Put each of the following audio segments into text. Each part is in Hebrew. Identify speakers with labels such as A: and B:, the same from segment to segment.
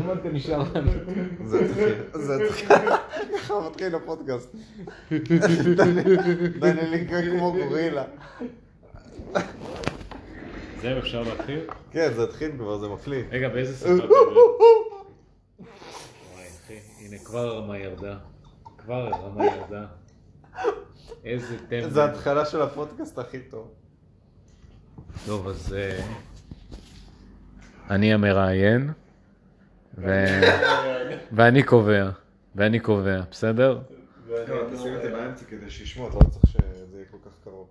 A: למה אתה נשאר לנו?
B: זה התחיל, זה התחיל, ככה מתחיל הפודקאסט. דניאל יקרה כמו גורילה.
C: זהו, אפשר להתחיל?
B: כן, זה התחיל כבר, זה מפליא.
C: רגע, באיזה שפה? באמת? וואי, אחי, הנה כבר הרמה ירדה. כבר הרמה ירדה. איזה
A: כן.
B: זה
C: טמבל.
B: ההתחלה של הפודקאסט הכי טוב.
C: טוב, אז... אה, אני המראיין, ו... ואני קובע. ואני קובע, בסדר?
B: תשים לא, את זה באמצע כדי שישמעו, אתה לא צריך שזה יהיה כל כך קרוב.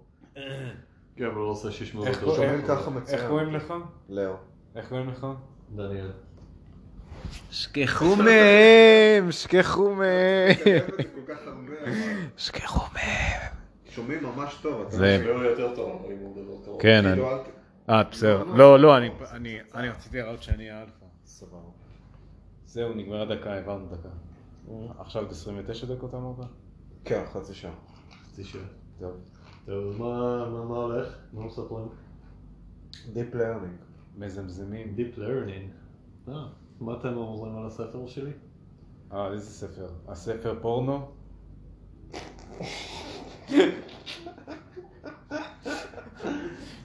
D: כן, אבל לא רוצה שישמעו
A: איך
D: אותו
A: קוראים-
B: שומעים ככה מצוין.
A: איך קוראים לך?
B: לאו.
A: איך קוראים לך?
D: דניאל.
C: שכחו מהם! שכחו מהם! שכחו מהם!
B: שומעים ממש טוב. כאילו,
C: זה...
D: ישמעו יותר טוב אם הוא מדבר קרוב.
C: כן, אני... אה, בסדר. לא, לא, אני- אני אני רציתי להראות שאני האלפא.
B: סבבה.
A: זהו, נגמרה דקה, העברנו דקה.
D: אוקיי.
A: עכשיו את 29 דקות אמרת?
B: כן, חצי שעה.
D: חצי שעה.
B: טוב.
D: טוב, אז מה מה- מה הולך? מה מספרים?
B: Deep learning.
A: מזמזמים.
D: Deep Learning. אה, מה אתם אומרים על הספר שלי?
A: אה, איזה ספר? הספר פורנו?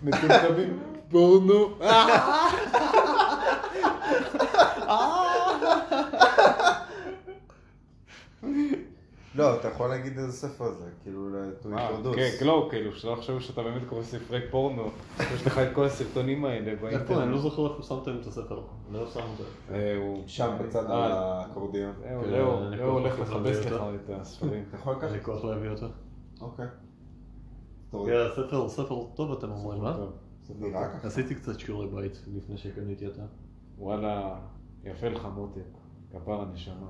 A: מטומטמים פורנו?
B: לא, אתה יכול להגיד איזה ספר זה, כאילו, to
D: אה,
B: introduce.
A: כן, לא, כאילו, שלא יחשבו שאתה באמת קורא ספרי פורנו. יש לך את כל הסרטונים האלה
D: איפה? אני לא
A: באינטרנט.
D: זוכר איפה שמתם את הספר. לא שמתם.
A: אה, הוא-
B: שם בצד
A: אה,
B: האקורדיון.
A: אה, הוא
D: כן,
A: לא,
D: אני
A: לא, הוא הולך
D: כל כך
A: לחפש לך
D: מכבד
A: את הספרים.
B: אתה יכול לקחת?
D: אין לי כוח להביא אותו.
B: אוקיי. תוריד.
D: יאללה, ספר, ספר טוב אתם אומרים, אה?
A: אוקיי. טוב,
B: זה נראה ככה.
D: עשיתי קצת שיעורי בית לפני שקניתי אותה.
A: וואלה, יפה לך מותק. כפר הנשמה.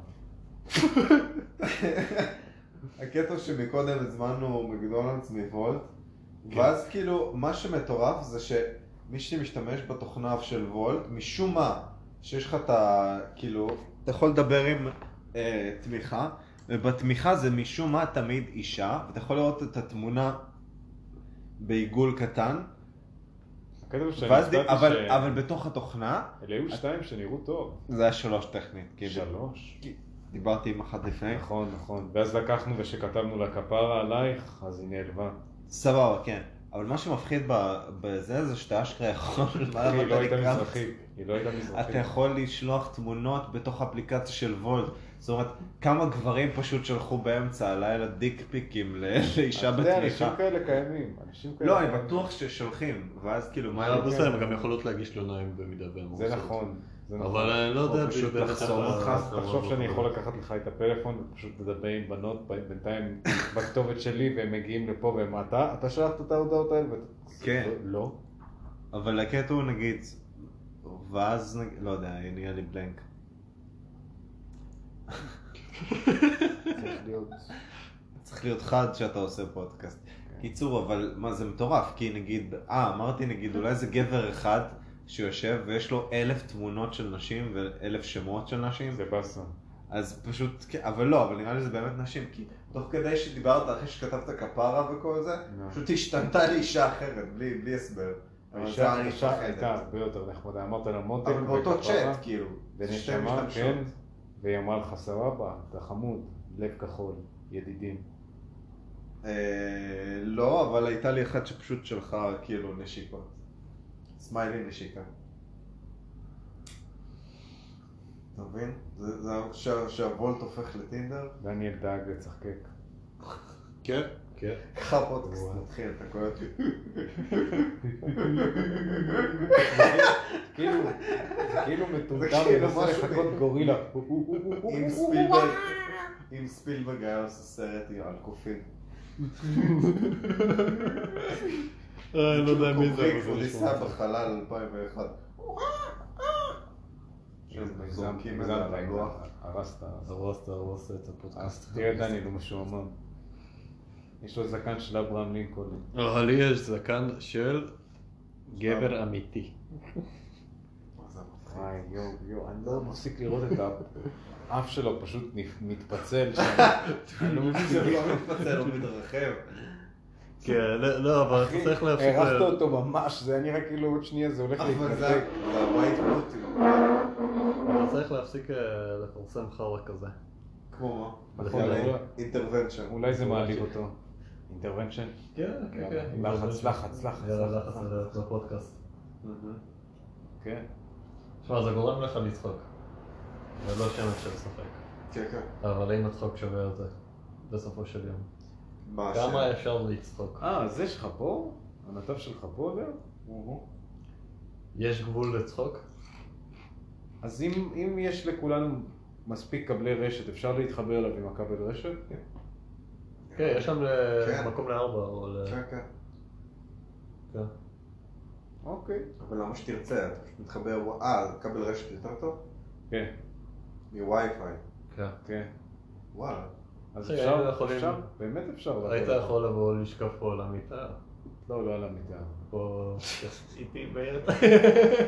B: הקטע שמקודם הזמנו מקדונלדס מוולט,
A: כן.
B: ואז כאילו, מה שמטורף זה שמי שמשתמש בתוכנה של וולט, משום מה, שיש לך את ה... כאילו, אתה יכול לדבר עם אה, תמיכה, ובתמיכה זה משום מה תמיד אישה, ואתה יכול לראות את התמונה בעיגול קטן,
A: הקטע הוא שאני
B: ואז, די-
A: הצבעתי
B: אבל,
A: ש-
B: אבל בתוך התוכנה,
A: אלה היו שתיים שנראו טוב.
B: זה היה שלוש טכנית, כאילו.
A: שלוש.
B: דיברתי עם אחת לפני.
A: נכון, נכון. ואז לקחנו וכשכתבנו לה כפרה עלייך, אז היא נעלבה.
B: סבבה, כן. אבל מה שמפחיד ב- בזה, זה שאתה אשכרה יכול... מה
A: היא
B: אתה
A: לא הייתה
B: נקרא?
A: מזרחית. היא לא הייתה מזרחית.
B: אתה יכול לשלוח תמונות בתוך אפליקציה של וולט. זאת אומרת, כמה גברים פשוט שלחו באמצע הלילה דיק פיקים ל- לאישה
A: אתה יודע, אנשים
B: בתמיכה.
A: כאלה קיימים. אנשים כאלה
B: לא, אני
A: קיימים.
B: בטוח ששולחים, ואז כאילו, מה...
A: לא.
D: אבל
B: אני-
D: בסדר, הם גם יכולות להגיש תלונה אם במידה והם
A: זה
D: רוצות.
A: נכון. זה נכון.
D: אבל אני לא יודע...
B: או פשוט
D: באמת איך
B: לחסום
D: ה-
B: אותך,
D: איך
A: תחשוב
D: ה-
A: שאני יכול לקחת לך את הפלאפון ופשוט לדבר עם בנות ב- בינתיים בכתובת שלי והם מגיעים לפה והם אתה, אתה שלחת את ההודעות האלה ואתה...
B: כן.
A: לא.
B: אבל הקטע הוא נגיד, ואז, נגיד- לא יודע, נהיה לי בלנק.
A: צריך להיות...
B: צריך להיות חד שאתה עושה פודקאסט.
A: כן.
B: קיצור, אבל מה זה מטורף, כי נגיד, אה, אמרתי נגיד, אולי זה גבר אחד שיושב ויש לו אלף תמונות של נשים ואלף שמות של נשים,
A: זה באסה.
B: אז פשוט, כן, אבל לא, אבל נראה לי זה באמת נשים, כי תוך כדי שדיברת, אחרי שכתבת כפרה וכל זה,
A: נו.
B: פשוט השתנתה לי אישה אחרת, בלי בלי הסבר. אבל זה
A: האישה
B: היה אישה
A: האישה
B: אחרת.
A: הייתה הרבה יותר נחמדה, אמרת לה מותק
B: אבל באותו
A: וכפרה,
B: צ'אט, כאילו. שתיהן
A: ונשמה,
B: משתמשות.
A: כן, והיא אמרה לך סבבה, אתה חמוד, לב כחול, ידידים.
B: אה, לא, אבל הייתה לי אחת שפשוט שלחה כאילו נשיקות. סמיילי נשיקה. אתה מבין? זה, זה שה- שהוולט הופך לטינדר?
A: דניאל דאג לצחקק.
D: כן? כן.
B: איך הפודקאסט
A: וואו.
B: מתחיל, אתה קורא אותי?
A: כאילו, זה כאילו מטומטם,
B: כאילו
A: מנסה
B: משהו
A: לחכות
B: ב-
A: גורילה.
B: אם ספילברג, אם ספילברג היה עושה סרט על קופים.
D: אני לא יודע מי זה,
B: קופריק,
D: אבל זה
B: הוא
D: נשמע.
B: ניסה בחלל 2001.
A: כן,
B: זורקים
A: הגזמת,
B: את זה על
A: הגזמת,
B: הלוח.
A: הרסת, הרסת.
D: הרסת, הרסת את הפודקאסט.
A: אז תראה את דניאל, הוא משועמם. יש לו זקן של אברהם לינקולן.
D: אבל אה, לי יש זקן של גבר אמיתי.
B: מה זה מצחיק?
A: וואי, יואו, יואו, אני לא מפסיק לראות את האף שלו פשוט נפ- מתפצל שם. אני לא מפסיק.
B: זה לא מתפצל, הוא מתרחב.
D: כן, לא, לא, אבל אתה
A: אחי,
D: צריך להפסיק... אה,
A: הרחת
D: ל-
A: אותו ממש, זה היה נראה כאילו עוד שנייה זה הולך
B: אבל
A: להתנתק.
B: זה זה ה-white motive.
D: אבל צריך
E: להפסיק אה, לפרסם חרא כזה.
B: כמו מה?
A: נכון,
B: אולי
A: אבל-
B: אינטרוונצ'ן.
A: אולי זה לא מעליב אותו. אינטרוונשן?
E: כן, כן, כן.
A: לחץ, לחץ, לחץ.
E: יאללה, לחץ על- לפודקאסט.
A: כן.
E: תשמע, זה גורם לך לצחוק. זה לא שמץ של ספק.
B: כן, כן.
E: אבל האם הצחוק שווה את זה? בסופו של יום.
B: מה השם?
E: כמה אפשר לצחוק?
A: אה, זה שלך פה? הנתב שלך פה, זהו?
B: אוהו.
E: יש גבול לצחוק?
A: אז אם, אם יש לכולנו מספיק כבלי רשת, אפשר להתחבר אליו עם הכבל רשת?
E: כן, יש שם אה,
B: כן.
E: מקום לארבע אה, או ל...
B: כן, כן.
E: כן.
A: אוקיי.
B: אבל למה שתרצה? אתה פשוט מתחבר, אה, על כבל רשת יותר טוב?
A: כן,
B: מווי-פיי.
E: כן.
A: כן.
B: וואלה.
A: אז
E: אחי,
A: אפשר,
E: היינו יכולים-
A: אפשר, באמת אפשר. לעבור.
E: היית יכול לבוא לשכב פה על המיטה,
A: לא, לא על המיטה.
E: פה איתי ביד.
B: כן.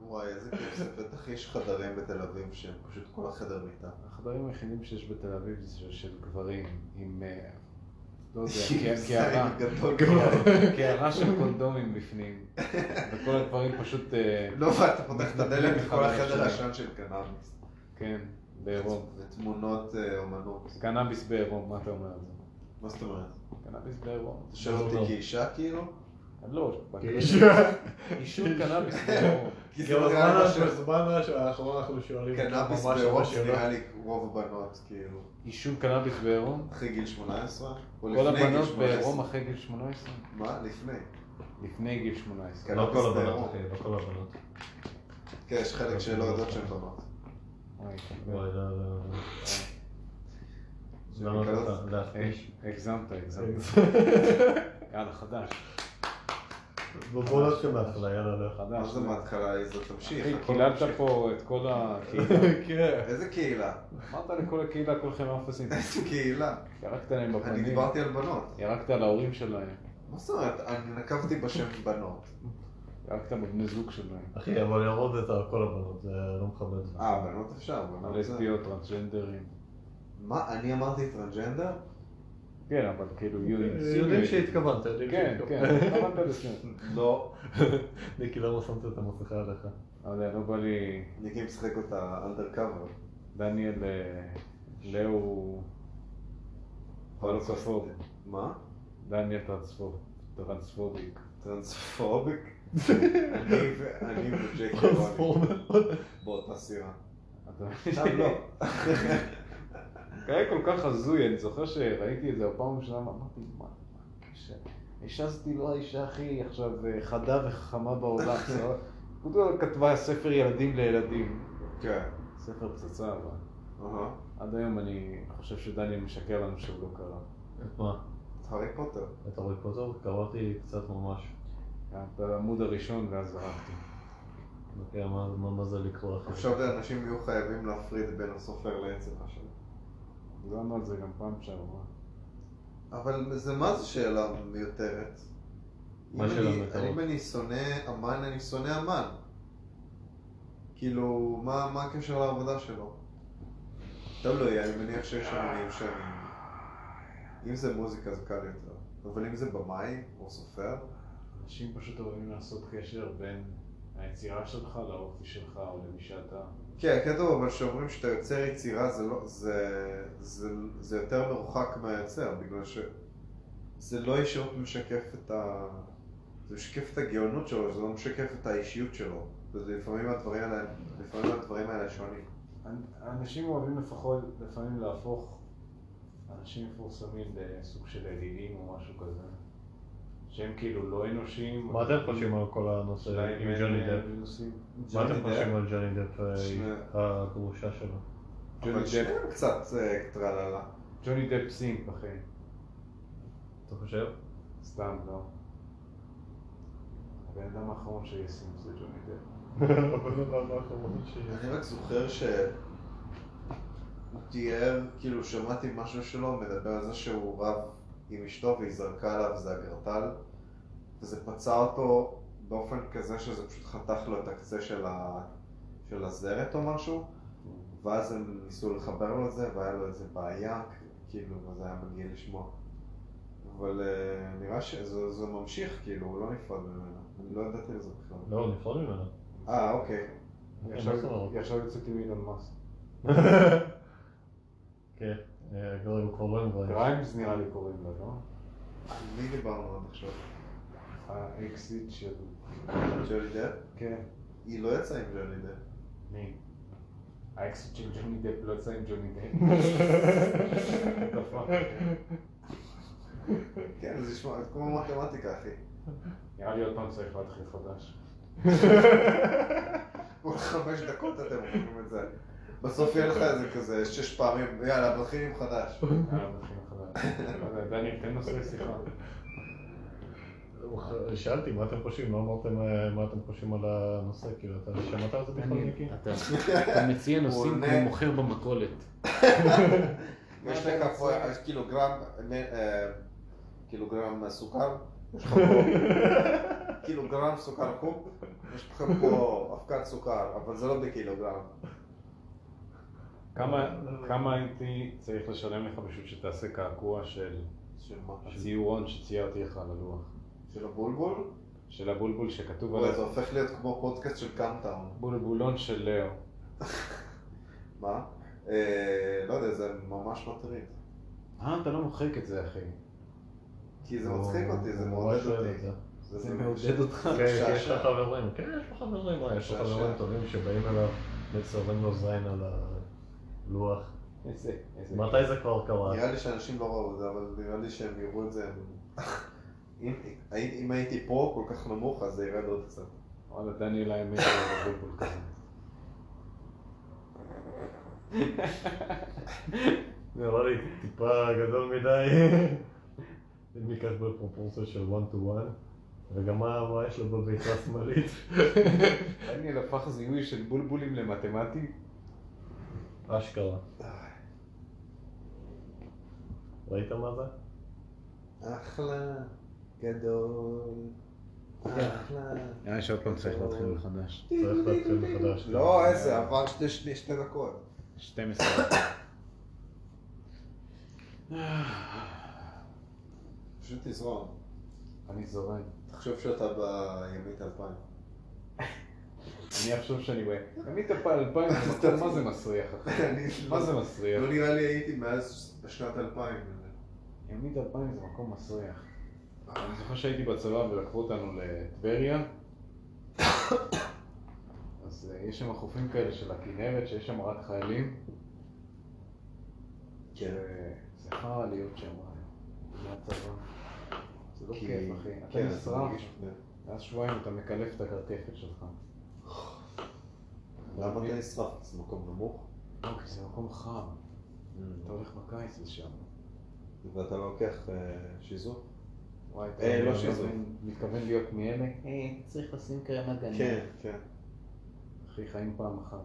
B: וואי, איזה כיף זה. בטח יש חדרים בתל אביב שהם פשוט כל החדר מיטה.
A: החדרים היחידים שיש בתל אביב זה של- של גברים עם... אה, לא יודע, קע- קערה.
B: גדול.
A: קערה של קונדומים בפנים. וכל הדברים פשוט, אה,
B: לא, ואתה פותח את הדלת
A: מתנגנים
B: מכל
A: אחד
B: החדר
A: לשני.
B: העשן של קנאביס.
A: כן, בעירום.
B: ותמונות אה, אומנות.
A: קנאביס בעירום, מה אתה אומר על זה?
B: מה זאת אומרת?
A: קנאביס בעירום.
B: אתה שואל אותי
E: לא.
B: כאישה כאילו?
A: לא,
E: כאישה.
A: עישון קנאביס בעירום.
B: כי זה נכון. כן,
E: גם
B: נראה לי מה
E: הזמן-
B: ש-
E: בזמן האחרון אנחנו שואלים
B: קנאביס
E: ממש
B: באירופה
E: ממש
B: זה
E: לא.
B: נראה לי רוב הבנות כאילו.
A: עישון קנאביס בעירום?
B: אחרי גיל 18? או
A: כל
B: לפני גיל
A: הבנות
B: 18?
A: בעירום אחרי גיל 18?
B: מה? לפני.
A: לפני גיל 18.
B: כן.
E: לא כל
B: קנאביס
E: הבנות,
B: באירופה.
E: אחי, לא כל הבנות.
B: כן, יש חלק
A: לא,
B: שלא יודעות שהן בנות.
A: וואי,
E: וואי, לא, לא, לא. למה
B: שמקלות?
E: אתה להכפיש?
A: אה, הגזמת, הגזמת.
E: כן.
B: אה.
A: יאללה, חדש.
E: בואו נתחיל מההתחלה, יאללה, לך.
B: מה
A: חדש.
B: זה מההתחלה? איזה תמשיך.
A: לא, אחי,
B: הכל
A: קיללת
B: ממשיך.
A: פה את כל הקהילה.
E: כן.
B: איזה קהילה?
A: אמרת לכל הקהילה כולכם אפסים.
B: איזה קהילה?
A: ירקת להם
B: אני
A: בפנים.
B: דיברתי על בנות.
A: ירקת על ההורים שלהם.
B: מה זאת אומרת? אני נקבתי בשם בנות.
A: ירקת בבני זוג שלהם.
E: אחי, אבל ירוד את כל הבנות, זה לא מכבד.
B: אה, בנות אפשר, בנות זה...
A: הלסביות, טרנסג'נדרים.
B: מה, אני אמרתי טרנג'נדר?
A: כן, אבל כאילו
E: אוקיי.
A: יהודים.
E: יודעים אה, שהתכוונת, יודעים
A: כן, כן. התכוונת לזה.
B: לא.
E: ניקי, למה שמת את המסכה עליך?
A: לא יודע, לא בא לי...
B: ניקי משחק אותה אנדרקאבר.
A: דניאל אה, לאו הולוקופוב,
B: מה?
A: דניאל טרנספוב, טרנספוביק.
B: טרנספוביק? אני ו- אני וג'ק טרנספורמר. באותה סירה.
A: אתה-
B: שם לא.
A: היה כל כך הזוי, אני זוכר שראיתי את זה בפעם הראשונה, אמרתי, מה, מה הקשר? האישה הזאת היא לא האישה הכי עכשיו אה, חדה וחכמה בעולם. כותבה כתבה ספר ילדים לילדים,
B: כן.
A: ספר פצצה אבל.
B: אהה.
A: עד היום אני חושב שדניאל משקר לנו שהוא לא קרא.
E: את מה?
B: את הארי פוטר.
E: את הרי פוטר? קראתי קצת ממש.
A: את העמוד הראשון ואז זרקתי.
E: אוקיי, מה- מה מה זה לקרוא אחי?
B: עכשיו אנשים יהיו חייבים להפריד בין הסופר לעצם השני.
A: דיברנו על זה גם פעם שעברה.
B: אבל זה מה זה שאלה מיותרת?
E: מה
B: אם
E: שאלה
B: אני-
E: מיותרת?
B: אם אני שונא אמן, אני שונא אמן. כאילו, מה מה הקשר לעבודה שלו? תלוי, אני מניח שיש אמנים שאני... אם זה מוזיקה זה קל יותר. אבל אם זה במאי או סופר,
A: אנשים פשוט אוהבים לעשות קשר בין היצירה שלך לאופי שלך או למי שאתה.
B: כן, הקטע הוא אבל שאומרים שאתה יוצר יצירה זה, לא, זה, זה, זה יותר מרוחק מהיוצר, בגלל שזה לא ישירות משקף את ה... זה משקף את הגאונות שלו, זה לא משקף את האישיות שלו. ולפעמים הדברים האלה, לפעמים הדברים האלה שונים.
A: אנשים אוהבים לפחות, לפעמים להפוך אנשים מפורסמים לסוג של אלילים או משהו כזה. שהם כאילו לא אנושיים. אה,
E: מה אתם חושבים על כל הנושא
A: שלהם
E: עם
A: אין
E: ג'וני דאפ?
A: נושאים.
E: מה
B: אה, ג'וני
E: אתם חושבים
B: דפ?
E: על ג'וני דאפ, אה,
B: שני-
E: הגרושה שלו?
A: ג'וני
B: אבל
A: דפ.
B: שניהם קצת אה, טרללה.
A: ג'וני דפ סינק, אחי.
E: אתה חושב?
A: סתם, לא. הבן אדם האחרון שיהיה סינק זה ג'וני דפ.
E: הבן אדם האחרון ש...
B: אני רק זוכר שהוא תיאר, כאילו שמעתי משהו שלו מדבר על זה שהוא רב עם אשתו והיא זרקה עליו איזה אגרטל וזה פצע אותו באופן כזה שזה פשוט חתך לו את הקצה של, ה... של הזרת או משהו ואז הם ניסו לחבר לו את זה והיה לו איזה בעיה, כאילו, וזה היה מגיע לשמוע אבל אה, נראה שזה זה ממשיך, כאילו, הוא לא נפרד ממנו, אני לא ידעתי על זה בכלל
E: לא, נפרד ממנו.
B: אה, אוקיי
A: היא
E: אוקיי,
A: עכשיו-
E: מה זאת אומרת?
A: היא עכשיו יוצאת עם אילון מאסק.
E: כן, אה, גורם קורן ו...
A: גריימס נראה לי קוראים לה, לא?
B: על מי דיברנו עד עכשיו?
A: האקסיט של...
B: ג'ולי דאפ?
A: כן.
B: היא לא יצאה עם ג'ולי דאפ.
A: מי? האקסיט של ג'וני דפ לא יצא עם ג'וני דפ.
B: כן, זה נשמע כמו מתמטיקה, אחי.
A: נראה לי עוד פעם צריך להתחיל חדש.
B: כל חמש דקות אתם אומרים את זה. בסוף יהיה לך איזה כזה שש פעמים, יאללה, מתחילים חדש.
A: יאללה, נתחיל מחדש. אה, לא יודע, דני, תן נושא שיחה.
E: שאלתי מה אתם חושבים, לא אמרתם אה, מה אתם חושבים על הנושא, כאילו, אתה שמעת על זה בכלל, מיקי?
C: אתה אתה מציע נושאים
B: עונה.
C: כמו מוכר במכולת.
B: יש לך פה יש קילוגרם, אה, קילוגרם סוכר, יש לך פה קילוגרם סוכר קוב, יש לך פה אבקת סוכר, אבל זה לא בקילוגרם.
A: כמה- כמה הייתי צריך לשלם לך בשביל שתעשה קעקוע של
B: של מה?
A: הציורון שציירתי לך על הלוח?
B: של הבולבול?
A: של הבולבול שכתוב
B: וואי, זה
A: עליו.
B: הופך להיות כמו פודקאסט של קאמטאון.
A: בולבולון של לאו.
B: מה? אה, לא יודע, זה ממש מטריד.
A: אה, אתה לא מוחק את זה, אחי.
B: כי זה מצחיק אותי, זה
E: הוא
B: מעודד
E: ממש אה, אוהב
B: אותי.
E: את זה.
A: זה מעודד אותך.
E: כן, יש
B: משעשע.
E: לו חברים, כן, יש לו חברים, מה, יש לו
B: משעשע.
E: חברים טובים שבאים אליו, מצורים לו זין על הלוח.
A: איזה, איזה.
E: מתי זה כבר קרה?
B: נראה לי שאנשים לא ראו את זה, אבל נראה לי שהם יראו את זה. אם, אם- אם הייתי פה כל כך נמוך, אז זה ירד עוד קצת.
A: וואלה, דניאל האמת זה בולבול כזה.
E: נראה לי טיפה גדול מדי. אם ניקח בפרופורציה של 1 to 1, וגם מה מה יש לו בביתה השמאלית?
A: דניאל הפך זיהוי של בולבולים למתמטי.
E: אשכרה.
B: אה,
E: ראית מה זה?
B: אחלה, גדול, אחלה.
C: נראה לי אה, שעוד פעם צריך להתחיל מחדש.
E: צריך להתחיל מחדש.
B: לא, איזה, עבר שתי, שני- שתי דקות.
C: 12.
B: פשוט תזרום.
A: אני זורם.
B: תחשוב שאתה בימית אלפיים.
A: אני אחשוב שאני רואה. תמיד הפעל אלפיים, מה זה מסריח, אחי?
B: אני
A: מה
B: לא-
A: זה מסריח?
B: לא נראה לי הייתי מאז שנת אלפיים.
A: ימית 2000 זה מקום מסריח. אני זוכר שהייתי בצבא ולקחו אותנו לטבריה. אז אה, יש שם חופים כאלה של הכנרת, שיש שם רק חיילים. אה, וזה חרא להיות שם. זה הצבא. אה, זה לא
B: כי-
A: כיף, אחי. אתה
B: כן,
A: נשרף,
B: מרגיש-
A: ואז שבועיים אתה מקלף את הקרקפת שלך.
B: למה אתה נשרף? זה מקום נמוך.
A: לא, כי זה מקום חם. אתה הולך בקיץ לשם.
B: ואתה לוקח אה, שיזוף?
A: וואי, אתה
B: אה, לא
A: מתכוון-
B: שזה.
A: מתכוון להיות מאלה? אה, צריך לשים קרם הגנה.
B: כן, כן.
A: אחי, חיים פעם אחת.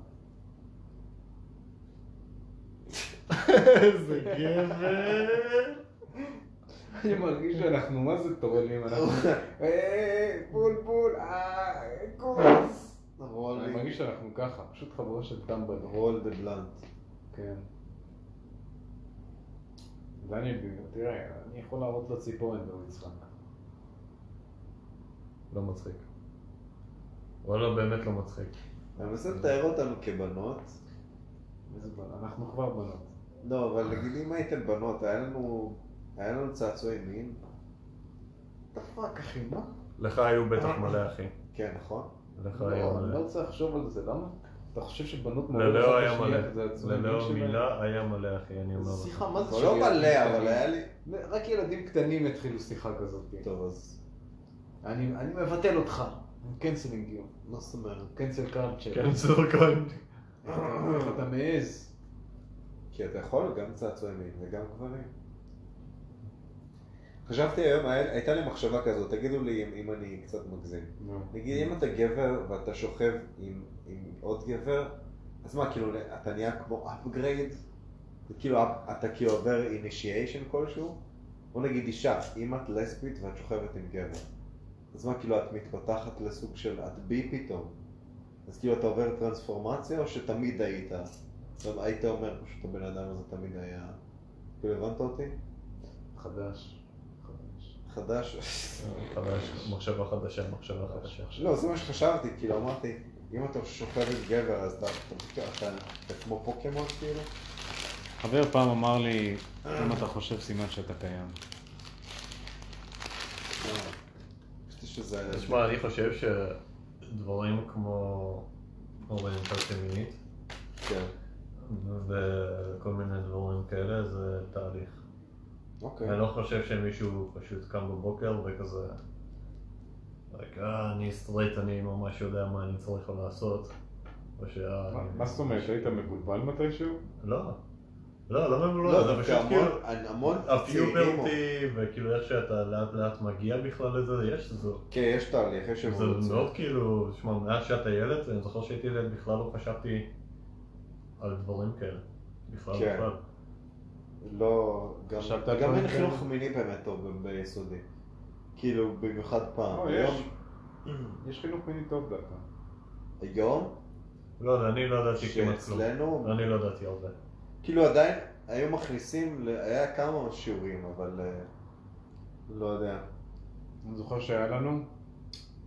E: איזה גבר!
A: אני מרגיש שאנחנו, מה זה טורלים, אנחנו... אה, בול בול, אה, קורס. אני
B: רול
A: מרגיש שאנחנו ככה, פשוט חבורה של טמבלים.
B: רול דה בלנט.
A: כן. דניאל ביבי, תראה, אני יכול להראות לו ציפורן והוא יצחק.
E: לא מצחיק. וואלה, באמת לא מצחיק.
B: אני מנסה לתאר אותנו כבנות.
A: איזה בעל, אנחנו כבר בנות.
B: לא, אבל נגיד אם הייתם בנות, היה לנו... היה לנו צעצועי מין?
A: אתה פאק אחי, מה?
E: לך היו בטח מלא, אחי.
B: כן, נכון?
E: לך היו
A: לא, אני
E: מלא.
A: לא צריך לחשוב על זה, למה? אתה חושב שבנות
E: ללא היה
A: לשנייה את זה
E: מלא.
A: עצמאים
E: ללא
A: שלהם?
E: מילה היה מלא, אחי, אני אומר
A: זה
E: לך.
A: שיחה, מה זה
B: לא
A: של ילדים
B: מלא, אבל
A: קטנים?
B: היה לי...
A: רק ילדים קטנים התחילו שיחה כזאת.
B: טוב, אז...
A: אני אני מבטל אותך. קנסלינג יום.
B: מה זאת אומרת?
A: קנסל קארצ'ר.
E: כן, צורקון.
A: איך אתה מעז?
B: כי אתה יכול גם צעצועי מין וגם גברים. חשבתי היום, היה- הייתה לי מחשבה כזאת, תגידו לי אם- אם אני קצת מגזים. נגיד אם אתה גבר ואתה שוכב עם, עם עוד גבר, אז מה, כאילו אתה נהיה כמו upgrade? זה כאילו אפ- אתה כאילו עובר initiation כלשהו? בוא נגיד אישה, אם את לסבית ואת שוכבת עם גבר, אז מה, כאילו את מתפתחת לסוג של את בי פתאום? אז כאילו אתה עובר טרנספורמציה או שתמיד היית? גם היית אומר פשוט הבן אדם הזה תמיד היה... כאילו הבנת אותי?
A: חדש. חדש.
B: חדש?
E: חדש, מחשבה חדשה, מחשבה חדשה.
B: לא, זה מה שחשבתי, כאילו אמרתי, אם אתה שוכב עם גבר, אז אתה- אתה- אתה אתה כמו פוקימון כאילו?
F: חבר פעם אמר לי, אם אתה חושב סימן שאתה קיים.
B: לא. חשבתי שזה...
E: תשמע, אני חושב שדברים כמו אוריינטציה מינית
B: כן.
E: וכל מיני דברים כאלה זה תהליך.
B: אוקיי.
E: אני לא חושב שמישהו פשוט קם בבוקר וכזה... רגע, אני סטרייט, אני ממש יודע מה אני צריך לעשות. או שה...
C: מה- מה זאת אומרת, היית מבולבל מתישהו?
E: לא. לא, לא מבולבל,
B: לא,
E: זה
B: דווקא
E: פשוט
B: המון,
E: כאילו...
B: המון צעירים... או-
E: הפיוברטי, וכאילו איך שאתה לאט לאט מגיע בכלל לזה, יש איזו...
B: כן, יש תהליך, יש
E: זה
B: אבולוציה.
E: מאוד כאילו, שמע, מאז שאתה ילד, אני זוכר שהייתי ילד, בכלל לא חשבתי על דברים כאלה. בכלל
B: כן.
E: בכלל.
B: לא, גם
C: חשבת על
B: גם
C: דברים
B: אין
C: כאלה?
B: חינוך מיני באמת טוב ב- ביסודי. כאילו, במיוחד פעם.
C: לא, יש.
B: היום-
C: יש חינוך מיני טוב דווקא.
B: היום,
E: לא יודע, אני לא ידעתי כמעט כלום.
B: שאצלנו,
E: אני לא ידעתי הרבה.
B: כאילו עדיין היו מכניסים, ל- היה כמה שיעורים, אבל אה, לא יודע.
C: אני זוכר שהיה לנו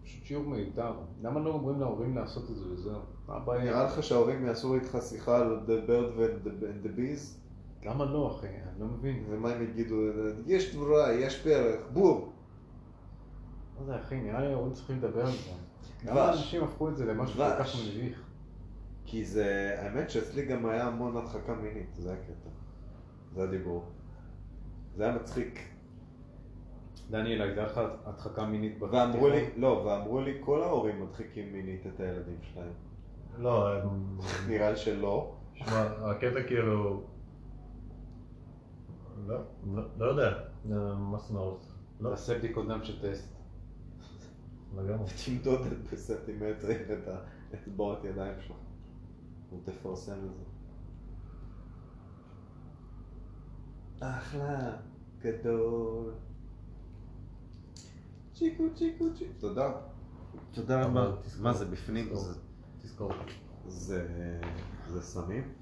C: פשוט שיעור מיותר. למה לא אומרים להורים לעשות את זה וזהו? מה
B: נראה
C: הבעיה?
B: לך שההורים יעשו איתך שיחה על The Bird and the- and the Bees?
C: למה לא, אחי? אני לא מבין.
B: ומה הם יגידו? יש דבורה, יש פרח, בום!
C: לא יודע, אחי, נראה לי ההורים צריכים לדבר על זה. למה
B: דבש.
C: אנשים הפכו את זה למשהו כל כך
B: דבש.
C: מביך?
B: כי זה, האמת שאצלי גם היה המון הדחקה מינית, זה הקטע. זה הדיבור. זה היה מצחיק.
C: דניאל, הייתה לך הדחקה מינית
E: כן.
B: ואמרו לי, לא, ואמרו לי כל ההורים מדחיקים מינית את הילדים שלהם.
E: לא, הם-
B: נראה לי שלא.
E: שמע, הקטע כאילו... לא, לא- לא יודע. אה, מה זאת אומרת? לא,
C: תעשה בדיקות דם של טסט.
E: לגמרי.
B: תמדוד את בסנטימטרים את האצבעות ידיים שלך. ותפרסם את זה. אחלה, גדול. צ'יקו צ'יקו צ'יקו. תודה. תודה
E: רבה. מה זה,
B: בפנים?
E: זה- תזכור.
B: זה... זה סמים?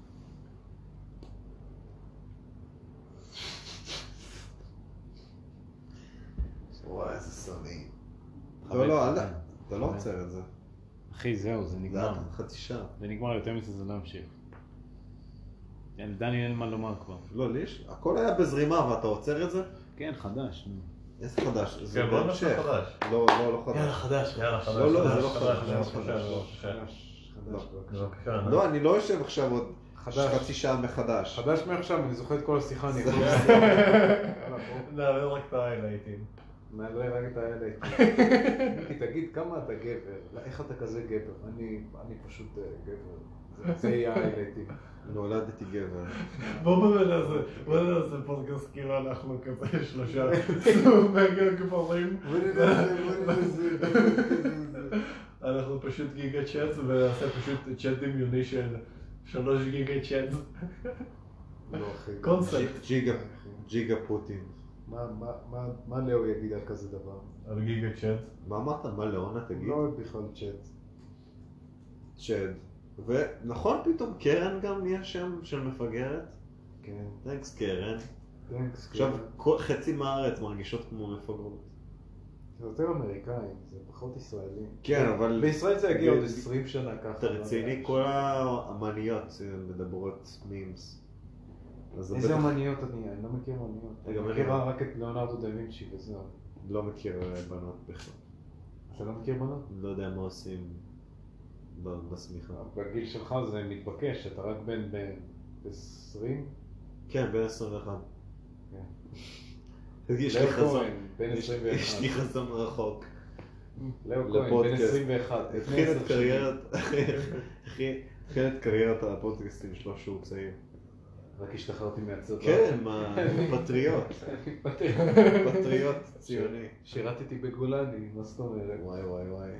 B: וואי, איזה סמים. לא, לא, אל ת- אתה לא עוצר את זה.
F: אחי, זהו, זה
B: זה
F: נגמר.
B: עד חצי שעה.
F: זה נגמר, יותר מזה זה לא ימשיך. אין- דניאל אין מה לומר כבר.
B: לא, לי יש... הכל היה בזרימה ואתה עוצר את זה?
F: כן, חדש, נו.
B: איזה חדש. זה
E: כן, בוא נעשה
B: בהמשך.
E: חדש.
B: לא, לא, לא חדש.
C: חדש.
E: יאללה, חדש.
B: לא, לא, זה לא
E: חדש,
B: חדש,
E: חדש,
B: זה לא
E: חדש,
B: חדש.
E: חדש.
C: חדש, בבקשה.
E: בבקשה. נו.
B: לא, אני לא יושב עכשיו עוד
C: חדש.
B: חצי שעה מחדש.
C: חדש מעכשיו, אני זוכר את כל השיחה, אני יכול... יאללה, בוא.
E: נעלה רק את ההיילייטים.
C: מעלה רק את הילד. כי תגיד, כמה אתה גבר? לא, איך אתה כזה גבר? אני אני פשוט אה, גבר. זה- זה יהיה הילדים.
B: נולדתי גבר.
E: בואו באמת נעשה, בואו נעשה פודקאסט כאילו אנחנו כזה שלושה סופר גברים. אנחנו פשוט גיגה צ'אט ונעשה פשוט צ'אט דמיוני של שלוש גיגה צ'אט.
C: לא, אחי.
E: קונספט.
B: ג'יגה, ג'יגה פוטין.
C: מה- מה- מה- מה לאו יגיד על כזה דבר?
E: על גיגה צ'אט.
B: מה אמרת? מה לאונה תגיד?
C: לא אוהב בכלל צ'אט.
B: שד. ונכון פתאום קרן גם נהיה שם של מפגרת?
C: כן.
B: תנקס קרן.
C: תנקס.
B: עכשיו כל- חצי מהארץ מרגישות כמו מפגרות.
C: זה יותר אמריקאים, זה פחות ישראלי.
B: כן, אבל
C: בישראל זה יגיע
B: ב-
C: עוד
B: ב-
C: 20 שנה ככה.
B: אתה רציני?
C: לא
B: כל
C: יודע.
B: האמניות מדברות מימס. אז זה
C: איזה
B: בטח
C: אמניות אני? אני לא מכיר אמניות.
B: אתה
C: אני
B: גם
C: מכיר
B: אני.
C: רק את ליאונרדו דה וינצ'י וזהו.
B: לא מכיר בנות בכלל.
C: אתה לא מכיר בנות?
B: לא יודע מה עושים ב- בשמיכה.
C: בגיל שלך זה מתבקש, אתה רק בן בן 20?
B: כן, בן 21.
C: כן.
B: יש לי
C: לאו
B: חזון.
C: כהן, בן
B: יש- יש לי
C: 21.
B: חזון רחוק.
C: לאו כהן, בן
B: לפודקאסט.
C: 21. לפני
B: התחיל את
C: עשר שנים.
B: קריירת, אחי, התחיל את קריירת הפודקאסטים שלו שהוא צעיר.
C: רק השתחררתי מהצבא.
B: כן, מה, פטריוט, פטריוט ציוני.
C: שירתתי בגולני, מה זאת אומרת?
B: וואי וואי וואי,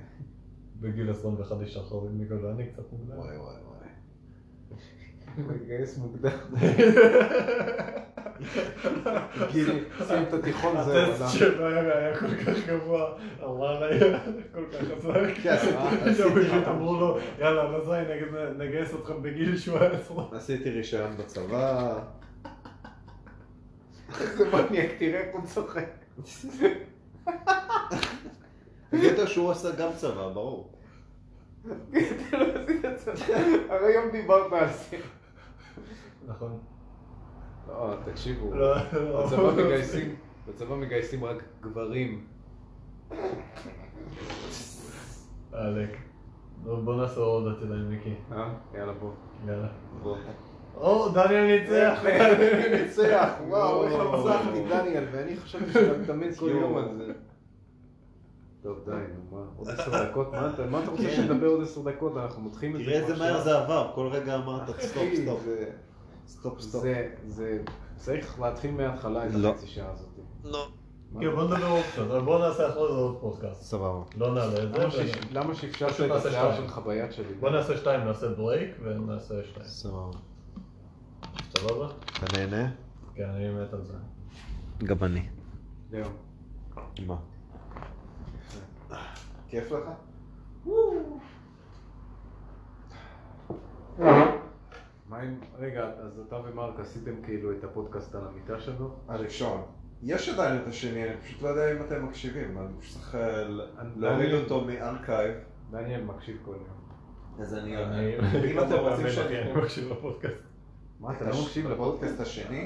E: בגיל 21 יש אחרות מגולני קצת מוגדל.
B: וואי וואי וואי.
C: מתגייס מוקדם.
B: גיל,
C: שים את התיכון, זהו,
E: הטסט
C: עלה.
E: שלו היה כל כך גבוה, אמר היה כל כך חזק.
B: כן, עשיתי-
E: שם פשוט
B: עשיתי-
E: אמרו לו, יאללה, רזי, נג- נגייס אתכם בגיל 17.
B: עשיתי רישיון בצבא,
C: איזה מניאק, תראה איך הוא צוחק.
B: הקטע שהוא עשה גם צבא, ברור.
C: אתה לא עשית את זה. הרי היום דיברת על זה.
E: נכון.
C: לא, תקשיבו,
E: לא, לא.
C: בצבא מגייסים, בצבא מגייסים רק גברים.
E: עלק. נו, בוא נעשה עוד עתידיים מיקי.
C: אה? יאללה בוא.
E: יאללה.
C: בוא.
E: או, דניאל ניצח!
C: ניצח,
G: לא,
C: וואו, איך
B: וואו.
C: ניצחתי, דניאל, ואני חשבתי שאתה מתאמן כל
B: יואו.
C: יום על זה. טוב, די, נו, מה, עוד עשר דקות? מה אתה מה אתה רוצה שנדבר עוד עשר דקות? אנחנו מותחים את זה.
G: כן. תראה איזה
C: כבר
G: מהר
C: שעה.
G: זה עבר, כל רגע אמרת סטופ,
C: אחי,
G: סטופ,
C: זה-
G: סטופ, סטופ.
C: זה, זה, צריך להתחיל מההתחלה את
H: לא.
C: החצי שעה הזאת.
G: לא.
C: מה?
E: כן, בוא נדבר עוד קצת, אבל בוא נעשה אחרי זה עוד פודקאסט.
H: סבבה.
E: לא נעלה את
C: למה
E: זה.
C: ש- למה שהפשרת
E: פשוט
C: את
E: נעשה
C: השיער
E: שתיים.
C: שלך ביד שלי?
E: בוא נעשה שתיים, נעשה ברייק ונעשה שתיים.
H: סבבה.
E: סבבה?
H: אתה נהנה?
E: כן, אני מת על זה.
H: גם אני.
C: זהו.
H: מה?
B: כיף לך? אה.
C: מה עם... רגע, אז אתה ומרק עשיתם כאילו את הפודקאסט על המיטה שלו?
B: הראשון. יש עדיין את השני, אני פשוט לא יודע אם אתם מקשיבים, אני פשוט צריך אה,
C: אני-
B: להוריד אותו מארכייב.
C: דניאל מקשיב כל יום. לא
B: אז אני...
E: אני-
B: אם אתם רוצים
C: כן.
B: שאני...
E: אני מקשיב לפודקאסט.
C: מה, אתה לא מקשיב לפודקאסט?
B: לפודקאסט השני,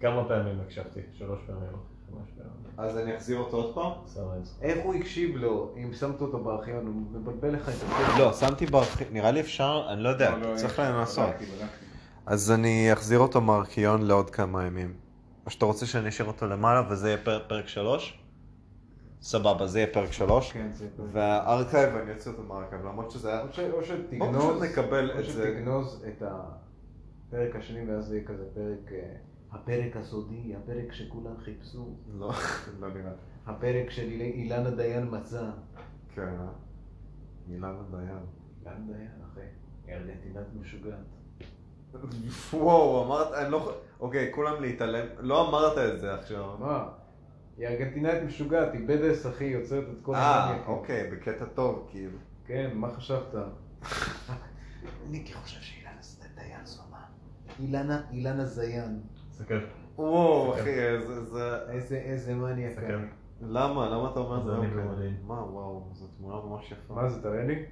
E: כמה פעמים הקשבתי? שלוש פעמים. חמש פעמים.
B: אז אני אחזיר אותו עוד פעם?
E: סבבה, אין ספק.
C: איך הוא הקשיב לו אם שמת אותו בארכיון? הוא מבלבל לך את הסרט.
B: לא, שמתי בארכיב, נראה לי אפשר, אני לא יודע, צריך לנסות. אז אני אחזיר אותו מהארכיון לעוד כמה ימים. או שאתה רוצה שאני אשאיר אותו למעלה וזה יהיה פר- פרק 3? סבבה, זה יהיה פרק 3.
C: כן, זה...
B: והארכייב, אני אוציא אותו מהארכייב, למרות שזה היה...
C: או ש- או
B: בוא פשוט
C: שתגנוז...
B: נקבל
C: או
B: את זה.
C: שתגנוז את הפרק השני ואז זה יהיה כזה פרק... אה, הפרק הסודי, הפרק שכולם חיפשו,
B: לא, לא נראה.
C: הפרק של איל- אילנה דיין מצא.
B: כן, אה? אילנה דיין.
C: אילנה דיין, אחי. ארגנטינאית משוגעת.
B: וואו, אמרת, אני לא... אוקיי, כולם להתעלם. לא אמרת את זה עכשיו.
C: מה? היא ארגנטינאית משוגעת, היא בדס אחי, יוצרת את כל
B: אה,
C: המניאקים.
B: אוקיי, בקטע טוב, כאילו.
C: כן, מה חשבת? ניקי חושב שאילנה דיין זו מה? אילנה, אילנה זיין.
E: תסתכל.
B: וואו, אחי, זה... כן. זה-
C: איזה, איזה מניאק.
E: תסתכל.
B: כן. למה? למה אתה אומר את
E: זה אני
B: אוקיי.
E: במודיעין.
B: מה, וואו, זו תמונה ממש יפה.
C: מה זה, תראה לי?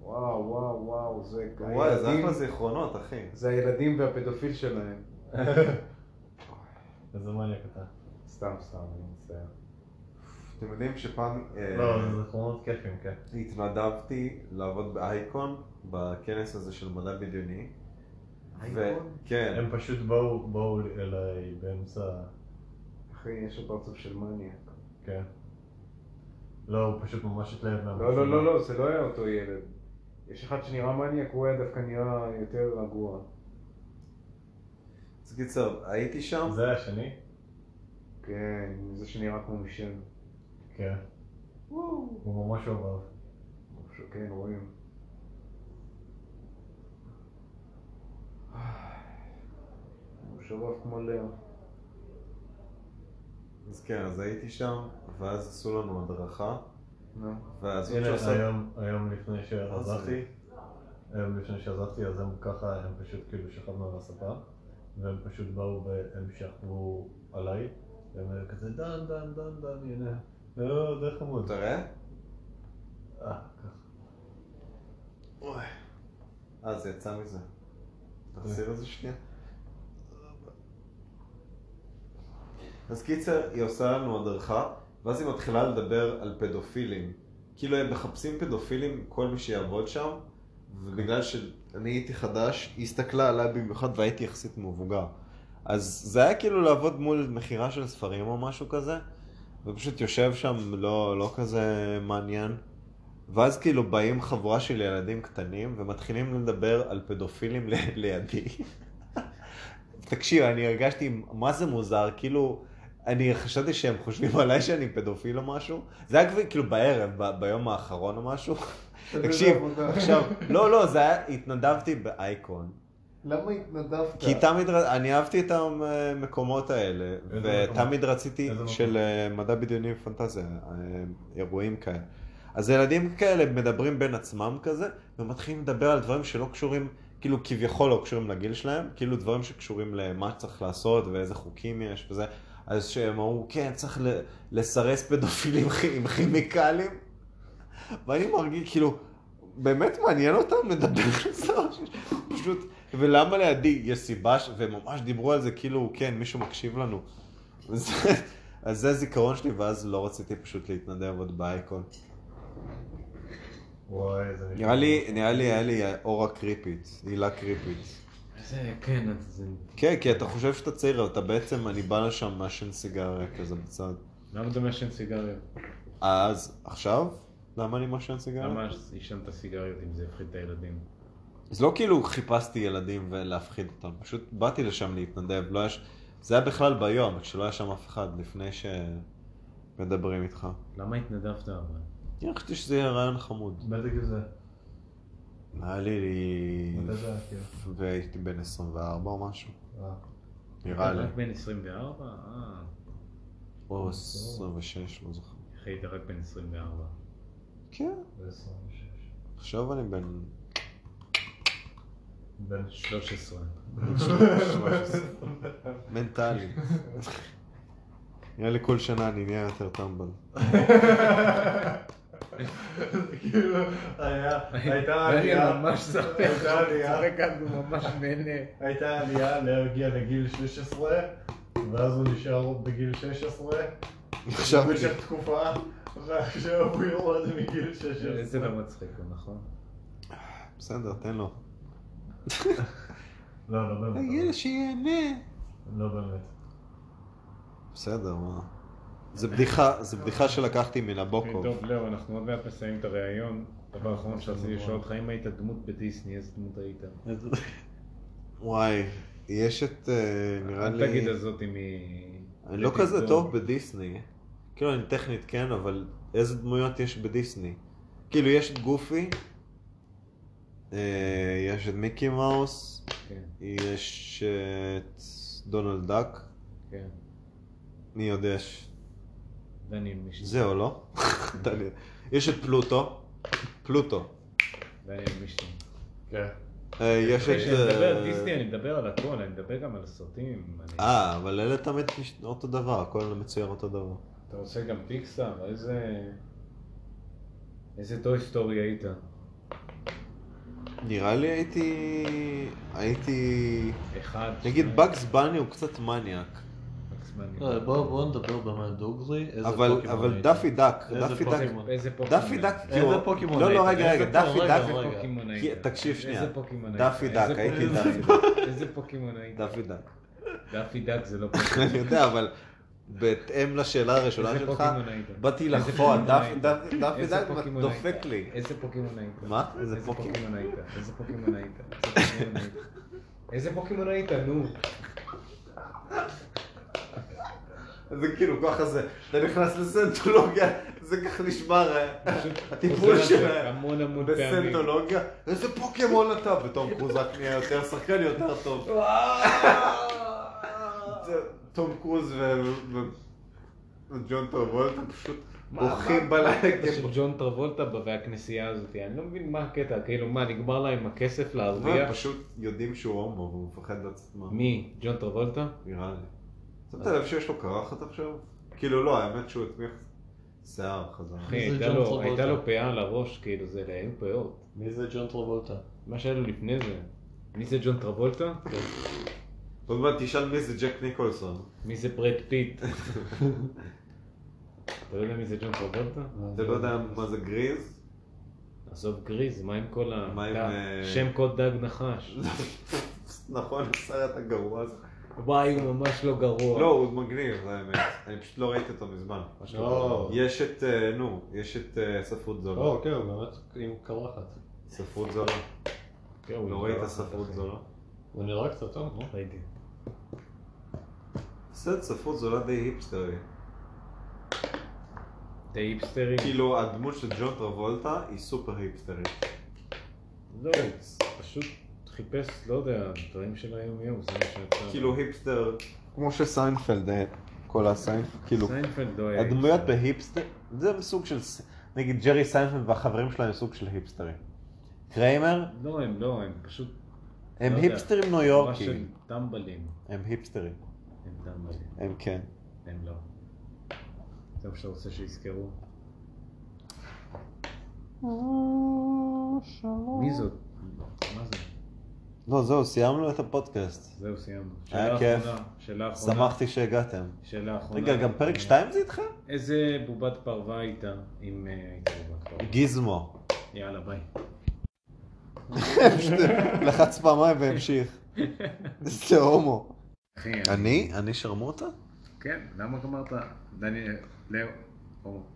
C: וואו, וואו, וואו, זה...
B: וואי, זה
C: הילדים-
B: אחלה זיכרונות, אחי.
C: זה הילדים והפדופיל שלהם.
E: איזה מניאק אתה.
C: אה. סתם, סתם, אני מצטער.
B: אתם יודעים שפעם אה,
E: לא, זה זיכרונות כיפים, כן.
B: התנדבתי לעבוד באייקון, בכנס הזה של מדע בדיוני.
C: אייקון?
B: כן.
E: הם פשוט באו באו אליי באמצע...
C: אחי, יש לו פרצוף של מניאק.
E: כן. לא, הוא פשוט ממש התלהב מהמצלמה.
C: לא, לא, לא, לא, זה לא היה אותו ילד. יש אחד שנראה מניאק, הוא היה דווקא נראה יותר רגוע.
B: אז קיצר, הייתי שם.
E: זה היה השני?
C: כן, זה שנראה כמו מישל.
E: כן. הוא ממש לא אוהב. עליו.
C: כן, רואים. הוא שרף כמו לאה.
B: אז כן, אז הייתי שם, ואז עשו לנו הדרכה,
C: נו.
B: ואז הוא
E: הנה,
B: שעשה...
E: היום- היום לפני שעזבתי,
B: עזבתי.
E: היום לפני שעזבתי, אז הם ככה, הם פשוט כאילו שכבנו על הספה, והם פשוט באו והם שכבו עליי, והם היו כזה דן, דן, דן, דן, הנה. לא, זה חמוד.
B: תראה.
E: אה, ככה.
B: אה, זה יצא מזה. תחזיר את זה שנייה. אז קיצר, היא עושה לנו הדרכה, ואז היא מתחילה לדבר על פדופילים. כאילו, הם מחפשים פדופילים, כל מי שיעבוד שם, ובגלל שאני הייתי חדש, היא הסתכלה עליי במיוחד והייתי יחסית מבוגר. אז זה היה כאילו לעבוד מול מכירה של ספרים או משהו כזה, ופשוט יושב שם לא, לא כזה מעניין. ואז כאילו באים חבורה של ילדים קטנים ומתחילים לדבר על פדופילים ל- לידי. תקשיב, אני הרגשתי מה זה מוזר, כאילו, אני חשבתי שהם חושבים עליי שאני פדופיל או משהו. זה היה כבר כאילו בערב, ב- ביום האחרון או משהו. תקשיב, עכשיו, לא, לא, זה היה, התנדבתי באייקון.
C: למה התנדבת?
B: כי תמיד, ר- אני אהבתי את המקומות האלה,
E: איזה מקומות?
B: ותמיד רציתי
E: איזה מקום?
B: של אה, מדע בדיוני ופנטזיה, אה, אירועים כאלה. אז ילדים כאלה מדברים בין עצמם כזה, ומתחילים לדבר על דברים שלא קשורים, כאילו כביכול לא קשורים לגיל שלהם, כאילו דברים שקשורים למה צריך לעשות ואיזה חוקים יש וזה. אז שהם אמרו, כן, צריך ל- לסרס פדופילים כי- עם כימיקלים. ואני מרגיש, כאילו, באמת מעניין אותם לדבר על זה? פשוט, ולמה לידי? יש סיבה, ש... וממש דיברו על זה כאילו, כן, מישהו מקשיב לנו. אז אז זה הזיכרון שלי, ואז לא רציתי פשוט להתנדב עוד באייקון.
E: וואי, זה
B: נראה לי, נראה לי, היה לי אורה קריפית, עילה קריפית.
C: זה, כן, אז זה...
B: כן, כי אתה חושב שאתה צעיר, אבל אתה בעצם, אני בא לשם מעשן סיגריה כזה בצד.
C: למה אתה מעשן סיגריות?
B: אז, עכשיו? למה אני מעשן סיגריה?
C: למה עישנת סיגריות אם זה יפחיד את הילדים?
B: אז לא כאילו חיפשתי ילדים ולהפחיד אותם, פשוט באתי לשם להתנדב, לא היה... ש- זה היה בכלל ביום, כשלא היה שם אף אחד, לפני שמדברים איתך.
C: למה התנדבת אבל?
B: אני חשבתי שזה יהיה רעיון חמוד.
E: בטח זה.
B: היה לי...
E: מתי זה היה כאילו?
B: והייתי בן 24 או משהו,
E: אה,
B: נראה
A: כן,
C: אתה
B: לי.
C: רק בן 24? אה.
B: או 26, לא זוכר.
C: איך היית רק בן 24?
B: כן,
E: ב-26.
B: עכשיו אני בן...
E: בן
C: 13.
B: 13. מנטלי. נראה לי כל שנה אני נהיה יותר טמבל.
E: כאילו, היה- הייתה
C: ואני
E: עלייה,
C: אה, ממש צוחק,
E: הייתה עלייה.
C: צוחק עד הוא ממש נהנה.
E: הייתה עלייה להגיע לגיל 16, ואז הוא נשאר בגיל 16,
B: עכשיו
E: במשך תקופה, ועכשיו הוא יורד מגיל 16.
C: זה לא מצחיק, נכון?
B: בסדר, תן לו.
E: לא, לא
C: אה,
E: באמת.
B: תגיד לו שיהנה.
E: לא באמת.
B: בסדר, מה? זה בדיחה, זה בדיחה שלקחתי מנבוקוב.
C: טוב, לאו, אנחנו עוד מעט מסיימים את הראיון. דבר אחרון שרציתי נכון,
E: אה,
C: לשאול אותך, אם היית דמות בדיסני, איזה דמות היית?
B: וואי, יש את, אה, נראה
C: אל תגיד
B: לי...
C: הזאת מ...
B: אני לא
C: Let it
B: כזה
C: go.
B: טוב בדיסני. כאילו, אני טכנית כן, אבל איזה דמויות יש בדיסני? כאילו, יש את גופי, אה, יש את מיקי מאוס,
C: כן,
B: יש את דונלד דאק,
C: כן.
B: מי עוד יש?
C: דני מישל.
B: זהו, לא? אתה יודע. יש את פלוטו, פלוטו.
C: דני מישל.
E: כן.
B: אה, יש את...
C: כשאני מדבר על
B: אה,
C: דיסני, אני מדבר על הכל, אני מדבר גם על הסרטים. אני-
B: אה, אבל אלה תמיד נש- אותו דבר, הכל מצויר אותו דבר.
C: אתה רוצה גם פיקסאר? איזה... איזה טוי סטורי היית?
B: נראה לי הייתי... הייתי...
C: אחד?
B: נגיד
C: שניים?
B: בגס בני הוא קצת מניאק,
C: מקסמני.
I: לא, בואו בואו נדבר באמת דוגרי, איזה
B: אבל
I: פוקימון
B: אבל
I: היית?
B: דאפי דאק,
I: איזה
B: דאפי דאק,
I: פוקימון?
C: איזה פוקימון?
B: דאפי דאק, כי
I: איזה
B: הוא-
I: פוקימון
B: לא, לא,
I: היית?
B: רגע,
I: איזה
B: רגע, דאפי
I: פוקימון?
B: דאק,
I: רגע, רגע.
C: פוקימון
B: כי-
C: היית?
B: תקשיב
C: איזה
B: שנייה.
C: פוקימון היית?
B: דאפי
C: איזה
B: דאק, הייתי
C: פוקימון
B: דאפי
C: היית? איזה פוקימון היית?
B: דאפי דאק,
C: דאפי דאק זה לא פוקימון.
B: אני יודע, אבל בהתאם לשאלה הראשונה
C: איזה
B: שלך,
C: פוקימון היית?
B: באתי
C: איזה
B: לחפוע,
C: פוקימון
B: דאפי
C: היית?
B: דאק- דאפי
C: איזה
B: דאק
C: פוקימון
B: דופק
C: היית?
B: לי.
C: איזה פוקימון היית?
B: מה? איזה
C: איזה
B: פוקימון?
C: פוקימון היית? איזה פוקימון היית? איזה פוקימון היית? איזה פוקימון היית? נו.
J: זה כאילו ככה זה, אתה נכנס לסנטולוגיה, זה ככה נשמע רע. הטיפול
C: חוזר על זה
J: שלהם.
C: המון המון פעמים.
J: בסנטולוגיה, איזה פוקימון אתה, ותום קרוז רק נהיה יותר שחקן יותר טוב. זה תום קרוז ו- ו- וג'ון טרבולטה פשוט בוכים בלילה.
C: הקטע של ג'ון טרבולטה ב- והכנסייה הזאת, אני לא מבין מה הקטע, כאילו מה, נגמר להם הכסף
J: הם
C: להרוויח?
J: פשוט יודעים שהוא הומו והוא מפחד לצאת מה.
C: מי? ג'ון טרבולטה?
J: נראה לי. שמת לב שיש לו קרחת עכשיו? כאילו לא, האמת שהוא הצמיח שיער חזרה.
C: אחי,
I: מי זה
C: הייתה
I: ג'ון
C: לו-
I: טרבולטה?
C: הייתה לו פאה על הראש, כאילו, זה היו פאות.
I: מי זה ג'ון טרובולטה?
C: מה שהיה לו לפני זה. מי זה ג'ון טרבולטה?
J: עוד מעט תשאל מי זה ג'ק ניקולסון.
C: מי זה ברד פיט? אתה לא יודע מי זה ג'ון טרבולטה?
J: אתה לא יודע מה זה גריז?
C: עזוב גריז, מה עם כל ה...
J: מה עם,
C: דג-
J: אה,
C: שם קוד דג נחש.
J: נכון, הסרט הגרוע הזה.
C: וואי, הוא ממש לא גרוע.
J: לא, הוא מגניב, זה האמת. אני פשוט לא ראיתי אותו מזמן.
E: לא.
J: יש את, אה, נו, יש את אה, ספרות זולה.
E: לא, כן, הוא באמת עם קרחת.
J: ספרות זולה.
C: כן, הוא
J: לא
C: נורא
J: ראית
C: אחת,
J: ספרות
C: אחי.
J: זולה?
E: הוא נראה קצת טוב, נו.
C: ראיתי.
J: סרט ספרות זולה די היפסטרי.
C: די היפסטרים.
J: כאילו, הדמות של ג'ון טרבולטה היא סופר היפסטרית. כאילו-
C: לא, פשוט חיפש, לא יודע, דברים של היום יום, זה מה שיצא.
J: כאילו היפסטר,
B: כמו שסיינפלד, אה, כל הסיינפלד, כאילו,
C: סיינפלד לא היה.
B: הדמויות
C: היפסטר.
B: בהיפסטר, זה סוג של, ס- נגיד ג'רי סיינפלד והחברים שלו הם סוג של היפסטרים. קריימר,
C: לא, הם לא, הם פשוט...
B: הם
C: לא יודע,
B: היפסטרים ניו
C: חברה של
B: יורקים.
C: טמבלים.
B: הם היפסטרים,
C: הם טמבלים,
B: הם כן.
C: הם לא. זה מה שאתה רוצה שיזכרו. מי זאת? מה זה?
B: לא, זהו, סיימנו את הפודקאסט.
C: זהו, סיימנו.
B: היה
C: שאלה
B: כיף.
C: אחרונה. שאלה אחרונה.
B: שמחתי שהגעתם.
C: שאלה אחרונה.
B: רגע, גם פרק 2 זה איתך?
C: איזה בובת פרווה הייתה, אם אה, הייתה בובת פרווה?
B: גיזמו.
C: יאללה, ביי.
B: לחץ פעמיים והמשיך. זה הומו.
C: אחי,
B: אני? אני שרמוטה?
C: כן, למה גמרת? דניאל, לאו, הומו.